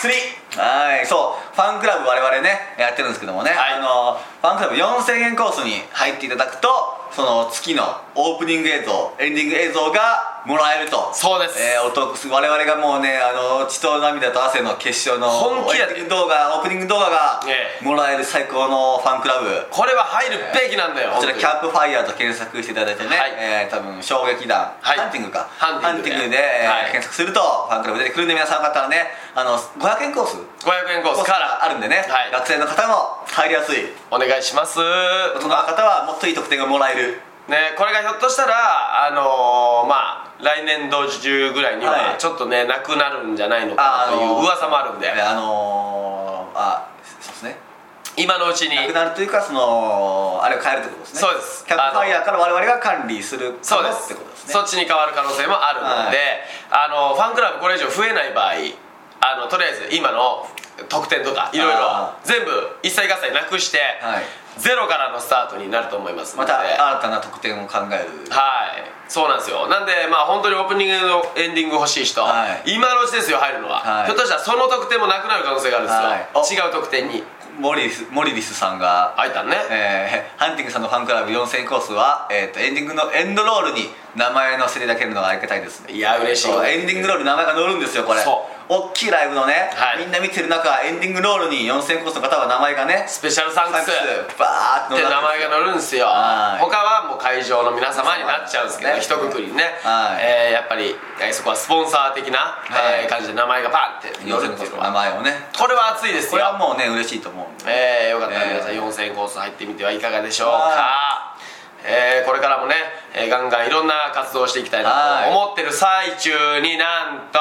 Speaker 1: 釣り
Speaker 2: はいそうファンクラブ我々ねやってるんですけどもね、
Speaker 1: はい
Speaker 2: あのファンクラブ4000円コースに入っていただくとその月のオープニング映像エンディング映像がもらえると
Speaker 1: そうです
Speaker 2: えーお得我々がもうねあの血と涙と汗の結晶の
Speaker 1: 本気やで
Speaker 2: エンディング動画オープニング動画が
Speaker 1: ええ
Speaker 2: もらえる最高のファンクラブ、
Speaker 1: これは入るべきなんだよ
Speaker 2: こち
Speaker 1: 本当
Speaker 2: ら
Speaker 1: に
Speaker 2: キャンプファイヤーと検索していただいてね、
Speaker 1: はい
Speaker 2: えー多分衝撃弾、
Speaker 1: はい
Speaker 2: ハンティングか
Speaker 1: ハンティングで
Speaker 2: ハ
Speaker 1: はい
Speaker 2: えー検索するとファンクラブ出てくるんで皆さんよかったらねあの500円コース
Speaker 1: 500円コースから
Speaker 2: あるんでね、
Speaker 1: はい
Speaker 2: 学生の方も入りやすい
Speaker 1: お願いします
Speaker 2: 大人の方はもっといい得点がもらえる
Speaker 1: ね、これがひょっとしたらあのーまあ来年度中ぐらいには
Speaker 2: はい
Speaker 1: ちょっとねなくなるんじゃないの
Speaker 2: あ
Speaker 1: かなという噂もあるんで、
Speaker 2: ねあのー、あそうですね
Speaker 1: 今のうちに
Speaker 2: なくなるというかそのあれを変えるってことですね
Speaker 1: そうです
Speaker 2: キャンプファイヤーから我々が管理するかも
Speaker 1: そうです
Speaker 2: ってことですね
Speaker 1: そっちに変わる可能性もあるので、あのファンクラブこれ以上増えない場合あのとりあえず今の特典とかいろいろ
Speaker 2: あ
Speaker 1: 全部一切合切なくして、
Speaker 2: はい
Speaker 1: ゼロからのスタートになると思いますの
Speaker 2: ま
Speaker 1: で
Speaker 2: た新たな得点を考える
Speaker 1: はいそうなんですよなんでまあ本当にオープニングのエンディング欲しい人、
Speaker 2: はい
Speaker 1: 今のうちですよ入るのは、
Speaker 2: はい
Speaker 1: ひょっとしたらその得点もなくなる可能性があるんですよ、違う得点に
Speaker 2: モリスモリリスさんが
Speaker 1: 入ったんね、
Speaker 2: えーハンティングさんのファンクラブ4000コースは、えー、とエンディングのエンドロールに名前載せていただけるのがありがたいですね
Speaker 1: いや嬉しい
Speaker 2: そうエンディングロールに名前が載るんですよこれ
Speaker 1: そ
Speaker 2: 大きいライブのね、
Speaker 1: はい
Speaker 2: みんな見てる中エンディングロールに4000コースの方は名前がね
Speaker 1: スペシャルサンクスっ
Speaker 2: バーっ
Speaker 1: て
Speaker 2: て載
Speaker 1: 名
Speaker 2: る
Speaker 1: 前が載るんですよ
Speaker 2: はい
Speaker 1: 他はもう会場の皆様になっちゃうんですけど一
Speaker 2: そうなんで
Speaker 1: 括り
Speaker 2: すね
Speaker 1: にね、
Speaker 2: はい
Speaker 1: えーやっぱり、えーそこはスポンサー的な、
Speaker 2: はい
Speaker 1: えー感じで名前がパンって載るって
Speaker 2: 4000コー
Speaker 1: い
Speaker 2: ス
Speaker 1: うの
Speaker 2: の名
Speaker 1: は
Speaker 2: 前をね
Speaker 1: これは熱いですよ
Speaker 2: これはもうね嬉しいと思うんで
Speaker 1: えー、よかったら皆さん
Speaker 2: えー
Speaker 1: 4000コース入ってみてはいかがでしょうか、えーこれからもね、えーガンガンいろんな活動をしていきたいな
Speaker 2: はい
Speaker 1: と思ってる最中になんと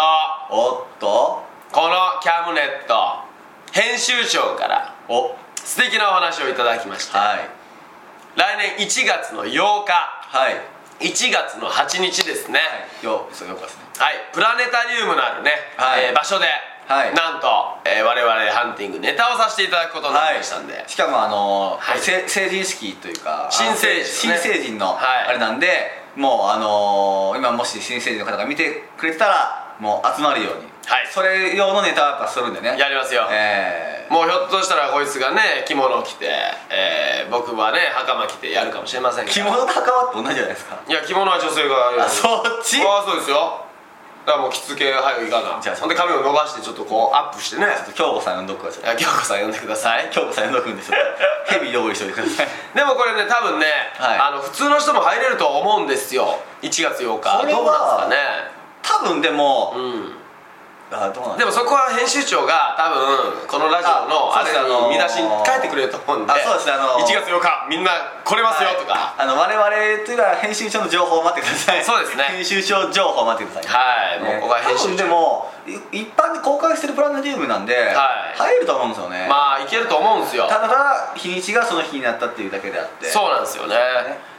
Speaker 2: おっと
Speaker 1: このキャムネット編集長から
Speaker 2: お
Speaker 1: 素敵なお話をいただきまして
Speaker 2: はい
Speaker 1: 来年1月の8日
Speaker 2: はい
Speaker 1: 1月の8日ですね
Speaker 2: よそうよかですね
Speaker 1: はい、プラネタリウムのあるね、
Speaker 2: はい
Speaker 1: えー場所で、
Speaker 2: はい
Speaker 1: なんと、えー我々ハンティングネタをさせていただくことになりましたんで、
Speaker 2: しかもあの、
Speaker 1: はい
Speaker 2: せ成人式というか
Speaker 1: 新成人ね
Speaker 2: 新成人の
Speaker 1: はい
Speaker 2: あれなんで、もうあの今もし新成人の方が見てくれてたらもう集まるように、
Speaker 1: はい
Speaker 2: それ用のネタはやっぱするんでね
Speaker 1: やりますよ
Speaker 2: え
Speaker 1: もうひょっとしたらこいつがね着物を着て、えー僕はね袴着てやるかもしれません
Speaker 2: ー
Speaker 1: が
Speaker 2: 着物と袴って同じじゃないですか
Speaker 1: いや着物は女性が
Speaker 2: あそっち
Speaker 1: ああそうですよからもう着付け早く行かな
Speaker 2: じゃあ
Speaker 1: ほんで髪を伸ばしてちょっとこうアップしてね
Speaker 2: 京子さん呼んどくわちょっと
Speaker 1: あ京子さん呼んでください
Speaker 2: 京子さん呼んどくんで
Speaker 1: [laughs]
Speaker 2: すよヘビ用意しておいてください
Speaker 1: でもこれね多分ね、
Speaker 2: はい
Speaker 1: あの普通の人も入れると思うんですよ1月8日
Speaker 2: これは
Speaker 1: どうなんです
Speaker 2: 多分でも
Speaker 1: かねうん
Speaker 2: あどうなん
Speaker 1: でもそこは編集長が多分このラジオのあ
Speaker 2: あ
Speaker 1: れあ
Speaker 2: そうです
Speaker 1: の
Speaker 2: あのー
Speaker 1: 見出しに書いてくれると思うんで
Speaker 2: あそうですあのー
Speaker 1: 1月8日みんな来れますよとか
Speaker 2: あの我々というのは編集長の情報を待ってください
Speaker 1: そうですね
Speaker 2: 編集長情報を待ってください
Speaker 1: はい、もうここは編
Speaker 2: 多
Speaker 1: 集
Speaker 2: 分で
Speaker 1: 長
Speaker 2: もい一般で公開してるプラネタリウムなんで、
Speaker 1: はい
Speaker 2: 入ると思うんですよね、
Speaker 1: まあいけると思うんですよ
Speaker 2: ただ日にちがその日になったっていうだけであって
Speaker 1: そうなんですよね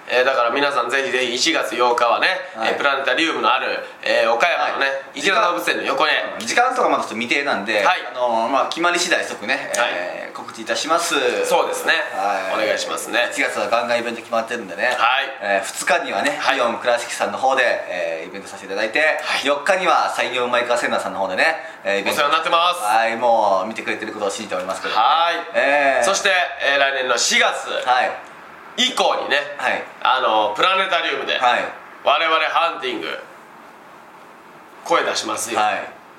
Speaker 1: えーだから皆さんぜひぜひ1月8日はね、
Speaker 2: はい
Speaker 1: えープラネタリウムのある、えー岡山のね、
Speaker 2: はい
Speaker 1: 一蘭動物園の横に、
Speaker 2: 時間とかまだちょっと未定なんで、
Speaker 1: はい
Speaker 2: あのまあ、決まり次第即ね、えー告知いたします
Speaker 1: そうですね、
Speaker 2: は
Speaker 1: お
Speaker 2: い
Speaker 1: 願いしますね
Speaker 2: 1月はガンガンイベント決まってるんで
Speaker 1: は
Speaker 2: ね、
Speaker 1: い
Speaker 2: え2日にはね、
Speaker 1: はい
Speaker 2: イオン倉敷さんの方で、えーイベントさせていただいて、4日には採用マイカーセンターさんの方でね、えーイベント
Speaker 1: お世話になってます
Speaker 2: はいもう見てくれてることを信じておりますけど、
Speaker 1: はい、
Speaker 2: えー
Speaker 1: そして、えー来年の4月
Speaker 2: はい
Speaker 1: 以降にね、
Speaker 2: はい
Speaker 1: あのプラネタリウムで、
Speaker 2: はい
Speaker 1: 我々ハンティング声出しますよ、
Speaker 2: は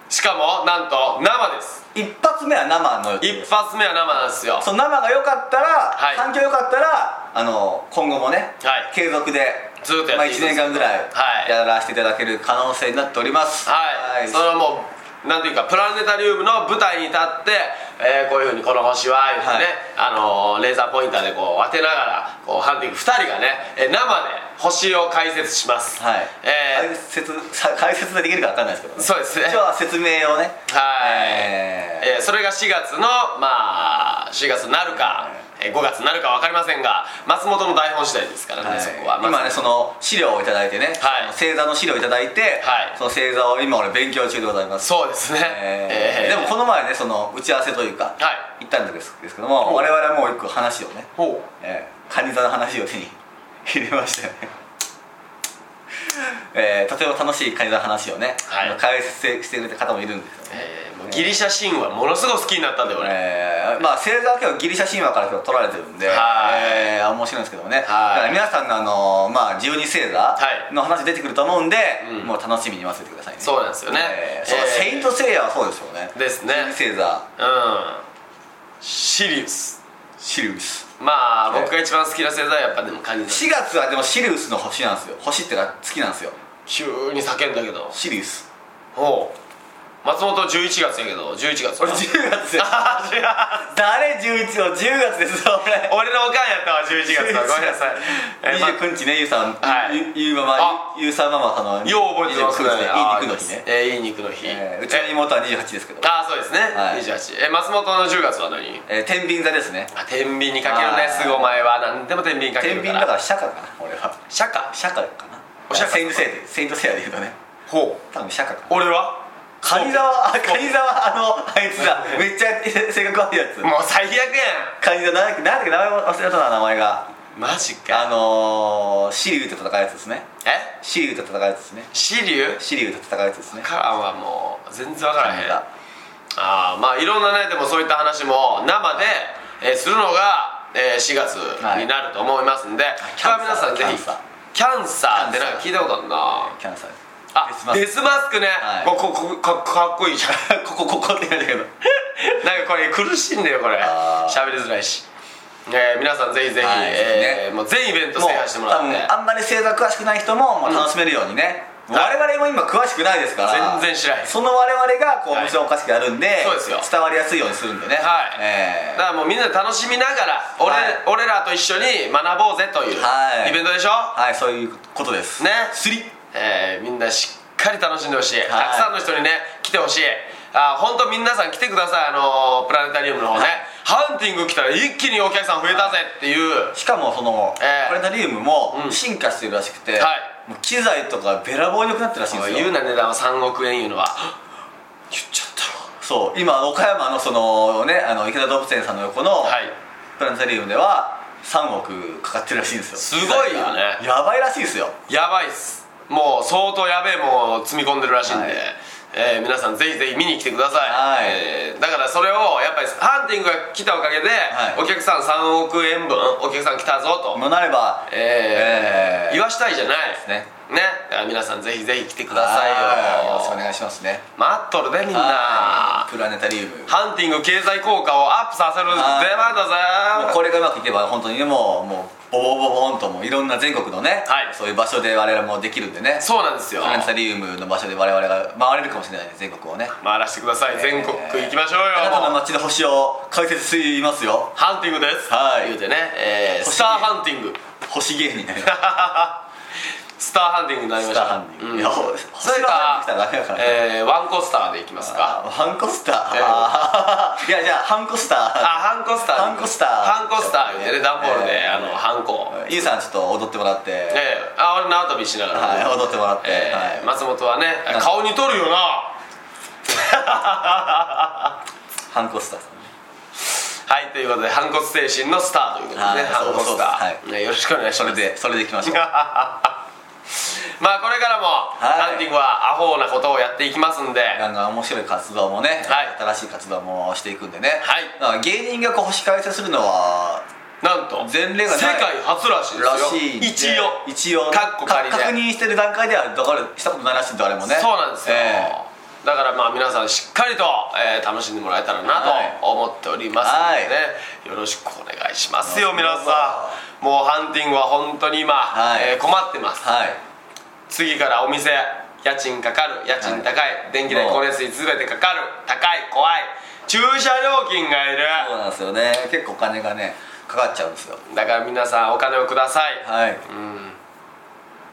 Speaker 1: しかもなんと生です
Speaker 2: い一発目は生の予定
Speaker 1: 一
Speaker 2: です
Speaker 1: 発目は生なんですよ
Speaker 2: その生が良かったら、
Speaker 1: はい
Speaker 2: 反響良かったらあの今後もね、
Speaker 1: はい
Speaker 2: 継続で
Speaker 1: ずっとや
Speaker 2: ま
Speaker 1: っ
Speaker 2: あ、
Speaker 1: ていきま
Speaker 2: 1
Speaker 1: す
Speaker 2: 年間ぐら
Speaker 1: はい
Speaker 2: いやらせていただける可能性になっております
Speaker 1: はい、そのもうなんていうかプラネタリウムの舞台に立って、えーこういうふうにこの星は言うてね、あのーレーザーポインターでこう当てながらこうハンティング2人がね、えー生で星を解説します
Speaker 2: はい
Speaker 1: えー
Speaker 2: 解説さ解説できるか分かんないですけど、ね、
Speaker 1: そうですね
Speaker 2: 今日は説明を
Speaker 1: は
Speaker 2: ね
Speaker 1: い、
Speaker 2: えー
Speaker 1: えーそれが4月のまあ4月になるか、えー5月になるか分かりませんが松本の台本次第ですからね、
Speaker 2: はい
Speaker 1: そこは、
Speaker 2: 今ねその資料をいただいてね、
Speaker 1: はい
Speaker 2: その星座の資料をいただいて、
Speaker 1: はい
Speaker 2: その星座を今俺勉強中でございます
Speaker 1: そうですね、
Speaker 2: えー
Speaker 1: えー
Speaker 2: でもこの前ねその打ち合わせというか、
Speaker 1: は
Speaker 2: 行ったんですですけども我々はもう一個話をね、
Speaker 1: ほう
Speaker 2: えー、カニ座の話を手に入れましたよねえー、とても楽しいカニ座の話をね、
Speaker 1: はい
Speaker 2: あの解説してくれた方もいるんですよね、
Speaker 1: えーもうギリシャ神話ものすごく好きになったんだよ俺、
Speaker 2: えーまあ星座は今日ギリシャ神話から今日取られてるんで、
Speaker 1: はい
Speaker 2: えー面白いんですけどもね、
Speaker 1: はい
Speaker 2: だから皆さんの、あのーまあ、12星座
Speaker 1: はい
Speaker 2: の話出てくると思うんで、
Speaker 1: うん
Speaker 2: もう楽しみに待っててくださいね
Speaker 1: そうなんですよね
Speaker 2: えーそう
Speaker 1: えー
Speaker 2: セイントセイヤはそうですよね
Speaker 1: ですね
Speaker 2: 12星座
Speaker 1: うんシリウス
Speaker 2: シリウス
Speaker 1: まあ
Speaker 2: ええ
Speaker 1: 僕が一番好きな星座はやっぱでもカニ座
Speaker 2: 4月はでもシリウスの星なんですよ星ってか月なんですよ
Speaker 1: 急に叫んだけど
Speaker 2: シリウス
Speaker 1: ほう松本11月やけど11月
Speaker 2: 俺10月
Speaker 1: [laughs]
Speaker 2: です
Speaker 1: あ違う
Speaker 2: 誰11の10月ですよ俺
Speaker 1: 俺のおかんやったわ11月
Speaker 2: [laughs]
Speaker 1: はごめんなさい、えーま
Speaker 2: 29日ねゆうさん、
Speaker 1: はい
Speaker 2: ゆゆうママ
Speaker 1: あ
Speaker 2: ゆうさんママさんの
Speaker 1: よう覚えてますね
Speaker 2: 29日ね
Speaker 1: あー
Speaker 2: いい肉の日ね
Speaker 1: えーいい肉の日
Speaker 2: えーうちの妹は28ですけど、
Speaker 1: ああそうですね、
Speaker 2: はい
Speaker 1: 28え松本の10月は何
Speaker 2: えー、天秤座ですね
Speaker 1: あ天秤にかける
Speaker 2: は
Speaker 1: ね
Speaker 2: い
Speaker 1: すぐお前は何でも天秤にかけ
Speaker 2: 天
Speaker 1: る
Speaker 2: 秤
Speaker 1: か
Speaker 2: だからら釈迦かな俺は
Speaker 1: 釈迦
Speaker 2: 釈迦かな
Speaker 1: お釈迦
Speaker 2: セイントセイヤでセイントセイヤで言うとね
Speaker 1: ほう
Speaker 2: 多分釈迦かな
Speaker 1: 俺は
Speaker 2: カニ座はあカニ座はあのあいつだめっちゃ性格悪いやつ
Speaker 1: もう最悪や
Speaker 2: カニ座なんだっけなんだっけ名前忘れたな名前が
Speaker 1: んマジか
Speaker 2: あのー、シリウと戦うやつですね
Speaker 1: え
Speaker 2: シリウと戦うやつですね
Speaker 1: シリュウ
Speaker 2: シリウと戦うやつですね
Speaker 1: カランはもう全然わからへん
Speaker 2: カラン
Speaker 1: ああーまあいろんなねでもそういった話も生で、えーするのが、えー4月になると思いますんで、
Speaker 2: キ
Speaker 1: これは
Speaker 2: ャン
Speaker 1: 皆
Speaker 2: サ
Speaker 1: さ
Speaker 2: ー
Speaker 1: んぜひキャンサーってなんか聞いたことあるな
Speaker 2: キャンサー
Speaker 1: あ
Speaker 2: デスマスク
Speaker 1: デスマスクね、
Speaker 2: はい
Speaker 1: こここかかっこいいじゃん
Speaker 2: [laughs] ここここって言われたけど
Speaker 1: [laughs] なんかこれ苦しいんだよこれ
Speaker 2: あー
Speaker 1: 喋りづらいし、えー皆さんぜひぜひ、
Speaker 2: はい
Speaker 1: えー
Speaker 2: ね
Speaker 1: もう全イベント
Speaker 2: もう
Speaker 1: 制覇してもら
Speaker 2: 多
Speaker 1: って
Speaker 2: 分あんまり星座詳しくない人ももう楽しめるようにね、
Speaker 1: ん
Speaker 2: 我々も今詳しくないですから
Speaker 1: 全然知らない
Speaker 2: その我々がこう
Speaker 1: はい
Speaker 2: 面白おかしくやるんで,、
Speaker 1: そうですよ
Speaker 2: 伝わりやすいようにするんでね
Speaker 1: はい
Speaker 2: え
Speaker 1: だからもうみんなで楽しみながら俺,、
Speaker 2: はい
Speaker 1: 俺らと一緒に学ぼうぜという
Speaker 2: はい
Speaker 1: イベントでしょ、
Speaker 2: ーはいそういうことです
Speaker 1: ね
Speaker 2: スリ
Speaker 1: えーみんなしっかり楽しんでほしい、
Speaker 2: い
Speaker 1: たくさんの人にね来てほしいあ本当皆さん来てくださいあのープラネタリウムの方ね、
Speaker 2: はい
Speaker 1: ハンティング来たら一気にお客さん増えたぜっていう、
Speaker 2: しかもその、
Speaker 1: えー
Speaker 2: プラネタリウムも
Speaker 1: うん
Speaker 2: 進化してるらしく
Speaker 1: は
Speaker 2: て、
Speaker 1: い
Speaker 2: もう機材とかべらぼうに良くなってるらしいんですよ
Speaker 1: 言うな値段は3億円いうのは
Speaker 2: 言っちゃったそう今岡山のそのねあの池田動物園さんの横の、
Speaker 1: はい
Speaker 2: プラネタリウムでは3億かかってるらしいんですよ
Speaker 1: すごいよね
Speaker 2: やばいらしいですよ
Speaker 1: やばいっすもう相当やべえもん積み込んでるらしいんで、
Speaker 2: はい
Speaker 1: えー皆さんぜひぜひ見に来てくださ、
Speaker 2: はいい
Speaker 1: えーだからそれをやっぱりハンティングが来たおかげで、
Speaker 2: はい
Speaker 1: お客さん3億円分お客さん来たぞと、
Speaker 2: もうなれば
Speaker 1: えー
Speaker 2: えー
Speaker 1: 言わしたいじゃない
Speaker 2: ね
Speaker 1: ねだから皆さんぜひぜひ来てくださいよ
Speaker 2: はいよろしくお願いしますね
Speaker 1: 待っとるねみんな
Speaker 2: はいプラネタリウム
Speaker 1: ハンティング経済効果をアップさせる
Speaker 2: はい
Speaker 1: 出番だ
Speaker 2: もう
Speaker 1: ぜ
Speaker 2: これがうまくいけば本当にねもうもうボボボボーンともういろんな全国のね、
Speaker 1: はい
Speaker 2: そういう場所で我々もできるんでね
Speaker 1: そうなんですよ
Speaker 2: プラネタリウムの場所で我々が回れるかもしれないね全国をね
Speaker 1: 回らせてください全国区行きましょうよ
Speaker 2: あなたの街の星を解説しますよ
Speaker 1: ハンティングです
Speaker 2: はい
Speaker 1: 言うてね、えー
Speaker 2: 欲しい
Speaker 1: スターハンティング
Speaker 2: 星芸人になります
Speaker 1: スターハンティングになりま
Speaker 2: ス
Speaker 1: した
Speaker 2: ターハンデ
Speaker 1: うん
Speaker 2: ィ、いや星
Speaker 1: それ
Speaker 2: が入って
Speaker 1: か
Speaker 2: きた
Speaker 1: ら
Speaker 2: ダメだから、
Speaker 1: え
Speaker 2: ね
Speaker 1: ーワンコスターで行きますか
Speaker 2: あハンコスタ
Speaker 1: ええ
Speaker 2: ー、あ [laughs] ーいやじゃあハンコスター
Speaker 1: あハンコスター
Speaker 2: ハンコスター
Speaker 1: ハンコスター言うてね段ボールで、
Speaker 2: ええ
Speaker 1: あのハンコ
Speaker 2: ゆうさんちょっと踊ってもらって、
Speaker 1: ええあ俺縄跳びしながら、
Speaker 2: はい踊ってもらって、
Speaker 1: ええ
Speaker 2: はい、
Speaker 1: 松本はね顔にとるよな
Speaker 2: ハンコスターさん
Speaker 1: はいということで反骨精神のスターということでね
Speaker 2: はい
Speaker 1: 反骨スター
Speaker 2: そうそうそうはい
Speaker 1: ねよろしくお願いし
Speaker 2: そ
Speaker 1: ま
Speaker 2: れ
Speaker 1: す [laughs]
Speaker 2: でそれでいきましょう
Speaker 1: まあこれからもハ
Speaker 2: はい
Speaker 1: ンティングはアホなことをやっていきますんで
Speaker 2: ガンガン面白い活動もね、
Speaker 1: はい
Speaker 2: 新しい活動もしていくんでね、
Speaker 1: はい
Speaker 2: だから芸人がこう星解説するのは
Speaker 1: なんと
Speaker 2: 前例がない
Speaker 1: 世界初らしい
Speaker 2: らしいんで
Speaker 1: ですよ一応
Speaker 2: 一応ね
Speaker 1: かっこ仮で
Speaker 2: か確認してる段階ではだからしたことないらしいんで誰もね
Speaker 1: そうなんですよ、
Speaker 2: ええ
Speaker 1: だからまあ皆さんしっかりと、えー楽しんでもらえたらな
Speaker 2: はい
Speaker 1: と思っておりますので、ねよろしくお願いしますよ
Speaker 2: よろしく
Speaker 1: 皆さんもうハンティングは本当に今、
Speaker 2: はい
Speaker 1: えー困ってます
Speaker 2: はい
Speaker 1: 次からお店家賃かかる家賃高い、電気代光熱費全てかかる高い怖い駐車料金がいる
Speaker 2: そうなんですよね結構お金がねかかっちゃうんですよ
Speaker 1: だから皆さんお金をください、
Speaker 2: はい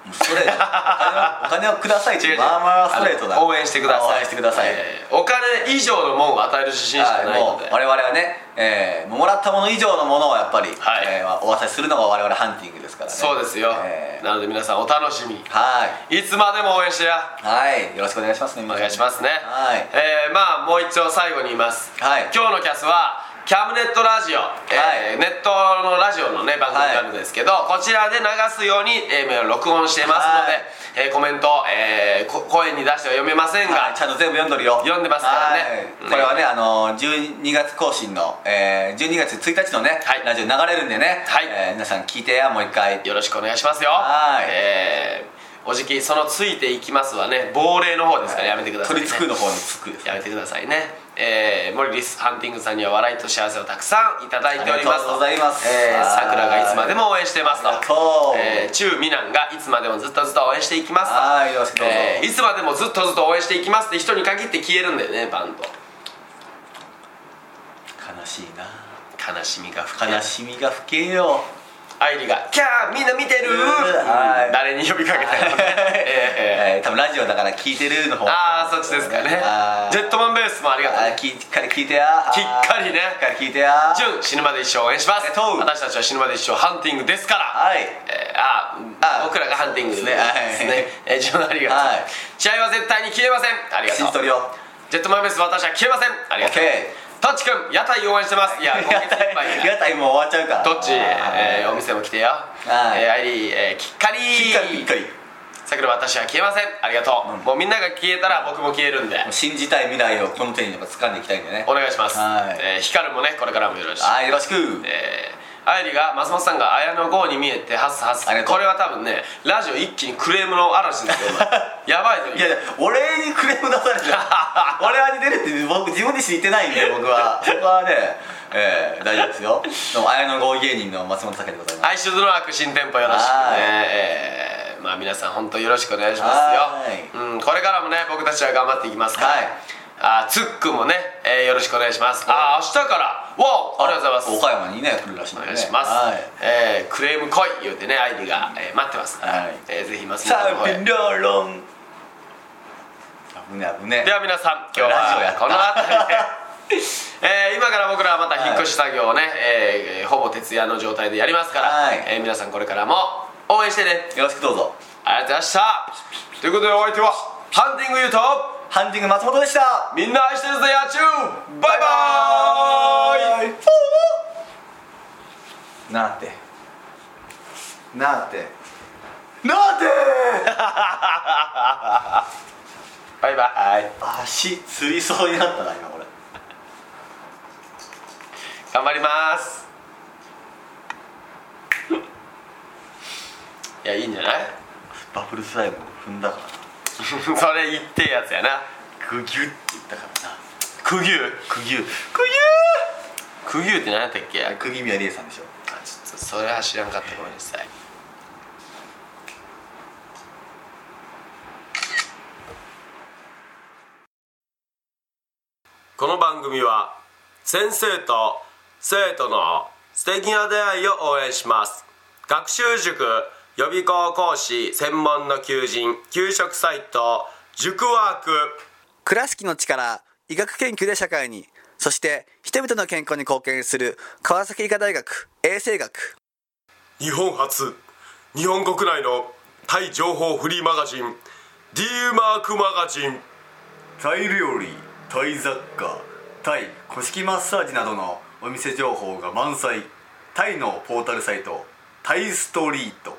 Speaker 2: もうストレートお金をお金をくださいっ
Speaker 1: 違う違
Speaker 2: て
Speaker 1: う
Speaker 2: まあまあストレートだ
Speaker 1: あの応援してください
Speaker 2: 応援してください、
Speaker 1: えーお金以上のもんを与える自信しか
Speaker 2: は
Speaker 1: ないい
Speaker 2: も
Speaker 1: の
Speaker 2: う
Speaker 1: で、
Speaker 2: 我々はね、えーもうもらったもの以上のものをやっぱり、
Speaker 1: はい
Speaker 2: えーお渡しするのが我々ハンティングですからね
Speaker 1: そうですよ、
Speaker 2: えー
Speaker 1: なので皆さんお楽しみに
Speaker 2: はい
Speaker 1: いつまでも応援してや
Speaker 2: はいよろしくお願いしますね
Speaker 1: お願いしますね
Speaker 2: はい
Speaker 1: えーまあもう一応最後に言います、
Speaker 2: はい
Speaker 1: 今日のキャスはキャムネットラジオ、えーネットのラジオのね番組があるんですけど、こちらで流すように、えー録音してますので、えーコメント、えーこ声に出しては読めません
Speaker 2: は
Speaker 1: が
Speaker 2: い、ちゃんと全部読んどるよ
Speaker 1: 読んでますからね
Speaker 2: はいこれはねあのー12月更新の、えー12月1日のね、
Speaker 1: はい
Speaker 2: ラジオ流れるんでね、
Speaker 1: はい
Speaker 2: えー皆さん聞いてやもう一回
Speaker 1: よろしくお願いしますよ
Speaker 2: はい
Speaker 1: えーおじきそのついていきますはね亡霊の方ですからやめてください、ね、
Speaker 2: 取りつくの方につくです
Speaker 1: やめてくださいね、えー、モリリスハンティングさんには笑いと幸せをたくさんいただいております
Speaker 2: ありがとうございます
Speaker 1: えー、
Speaker 2: はい
Speaker 1: 桜がいつまでも応援してますと
Speaker 2: ありがとう
Speaker 1: えー、中美男がいつまでもずっとずっと応援していきますと
Speaker 2: はいよろしくどうぞ
Speaker 1: えーいつまでもずっとずっと応援していきますって人に限って消えるんだよねバンド
Speaker 2: 悲しいな
Speaker 1: 悲しみが深
Speaker 2: 悲しみが老けよ
Speaker 1: 愛梨が「キャーみんな見てる!」
Speaker 2: はい
Speaker 1: 誰に呼びかけたよね、えー
Speaker 2: [laughs] えー多分ラジオだから聞いてるの方
Speaker 1: ああそっちですかね
Speaker 2: あー
Speaker 1: ジェットマンベースもありがとう
Speaker 2: あー
Speaker 1: ね
Speaker 2: きっかり聞いてや
Speaker 1: きっかりね
Speaker 2: きっかり聞いてや
Speaker 1: ジュン死ぬまで一生応援します
Speaker 2: ありがとう
Speaker 1: 私たちは死ぬまで一生ハンティングですから
Speaker 2: はい
Speaker 1: えーあー
Speaker 2: あー
Speaker 1: 僕らがハンティングです
Speaker 2: そ
Speaker 1: ね
Speaker 2: うですねはい
Speaker 1: えージュンありがとう、
Speaker 2: はい
Speaker 1: 試合は絶対に消えませんありが
Speaker 2: 信
Speaker 1: と
Speaker 2: じと
Speaker 1: う
Speaker 2: るよ
Speaker 1: ジェットマンベース私は消えませんありがとう
Speaker 2: OK
Speaker 1: トッチ君屋台応援してますいや今月いっぱい
Speaker 2: 屋台もう終わっちゃうから
Speaker 1: どっち、えーお
Speaker 2: き
Speaker 1: 店も来てよ、
Speaker 2: い
Speaker 1: えーアイリー、えー、きっかり
Speaker 2: っかりきっかり
Speaker 1: 桜私は消えませんありがとう、もうみんなが消えたら僕も消えるんで
Speaker 2: 信じたい未来をこの手にやっぱ掴んでいきたいんでね
Speaker 1: お願いします、
Speaker 2: はい
Speaker 1: えー、光もねこれからもよろしく
Speaker 2: はいよろしく
Speaker 1: えー、愛梨が松本さんが綾野剛に見えてハスハス
Speaker 2: ありがとう
Speaker 1: これは多分ねラジオ一気にクレームの嵐ですよお
Speaker 2: [laughs]
Speaker 1: 前やばいぞ
Speaker 2: いやいや俺にクレーム出さ
Speaker 1: [laughs]
Speaker 2: れて俺は似てるって僕自分で知ってないんで僕は僕はねえー大丈夫ですよどうも綾野剛芸人の松本酒でございます
Speaker 1: アイシュドラーク新店舗よろしく
Speaker 2: はい
Speaker 1: ねえーまあ皆さん本当よろしくお願いしますよ、うん、これからもね僕たちは頑張っていきますから、
Speaker 2: はい
Speaker 1: あーつっくんもね、えーよろしくお願いしますああ明日からわおありがとうございます
Speaker 2: 岡山にね来るらしいん
Speaker 1: お
Speaker 2: でね
Speaker 1: 願いします、
Speaker 2: はい
Speaker 1: えークレーム来い言うてね愛梨が、えー待ってますから、
Speaker 2: はい
Speaker 1: えーぜひ松
Speaker 2: サ
Speaker 1: 本の方へ
Speaker 2: ービンローロン危ね危ね
Speaker 1: では皆さん今日は
Speaker 2: ラジオやった
Speaker 1: この辺りで。
Speaker 2: [laughs]
Speaker 1: えー今から僕らはまた引っ越し作業をね、えーほぼ徹夜の状態でやりますから、
Speaker 2: はい
Speaker 1: えー皆さんこれからも応援してね
Speaker 2: よろしくどうぞ
Speaker 1: ありがとうございましたということでお相手はハンティングユーと
Speaker 2: ハンティング松本でした
Speaker 1: みんな愛してるぜ野中バイバーイ
Speaker 2: なあってなあってなあって
Speaker 1: バイバイ
Speaker 2: 足つりそうになったな今これ
Speaker 1: 頑張りますいやいいんじゃない [laughs]
Speaker 2: バブルスライム踏んだからな
Speaker 1: それ言ってえやつやな
Speaker 2: グギュって言ったからな
Speaker 1: くぎゅう
Speaker 2: 釘生
Speaker 1: くぎゅうって何やったっけあ
Speaker 2: 釘宮理恵さんでしょ
Speaker 1: ちょっとそれは知らんかったごめんなさいこの番組は先生と生徒の素敵な出会いを応援します学習塾予備校講師専門の求人給食サイト塾ワーク
Speaker 3: 倉敷の力医学研究で社会にそして人々の健康に貢献する川崎医科大学衛生学
Speaker 1: 日本初日本国内のタイ情報フリーマガジン D マークマガジン
Speaker 2: タイ料理タイ雑貨タイ古式マッサージなどのお店情報が満載タイのポータルサイトタイストリート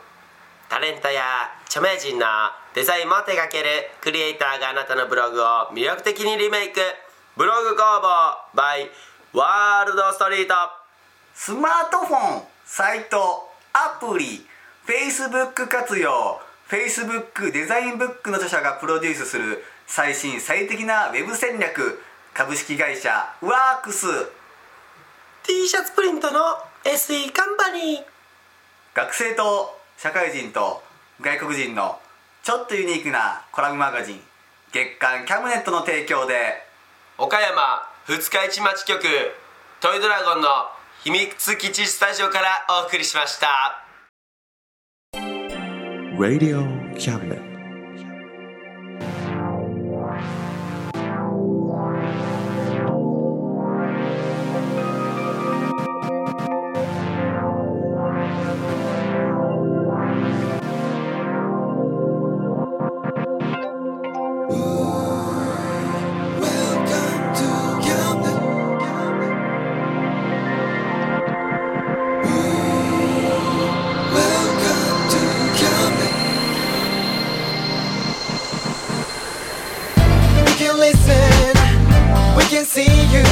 Speaker 1: タレントや著名人のデザインも手掛けるクリエイターがあなたのブログを魅力的にリメイクブログ工房 by ワールドストリート
Speaker 2: スマートフォンサイトアプリ Facebook 活用 Facebook デザインブックの著者がプロデュースする最新最適なウェブ戦略株式会社ワークス
Speaker 1: T シャツプリントの SE カンパニー
Speaker 2: 学生と社会人と外国人のちょっとユニークなコラムマガジン月刊キャムネットの提供で
Speaker 1: 岡山二日市町局トイドラゴンの秘密基地スタジオからお送りしました
Speaker 4: Radio Cabinet.
Speaker 5: We can listen, we can see you.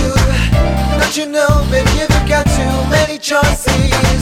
Speaker 5: Don't you know, baby, you've got too many choices.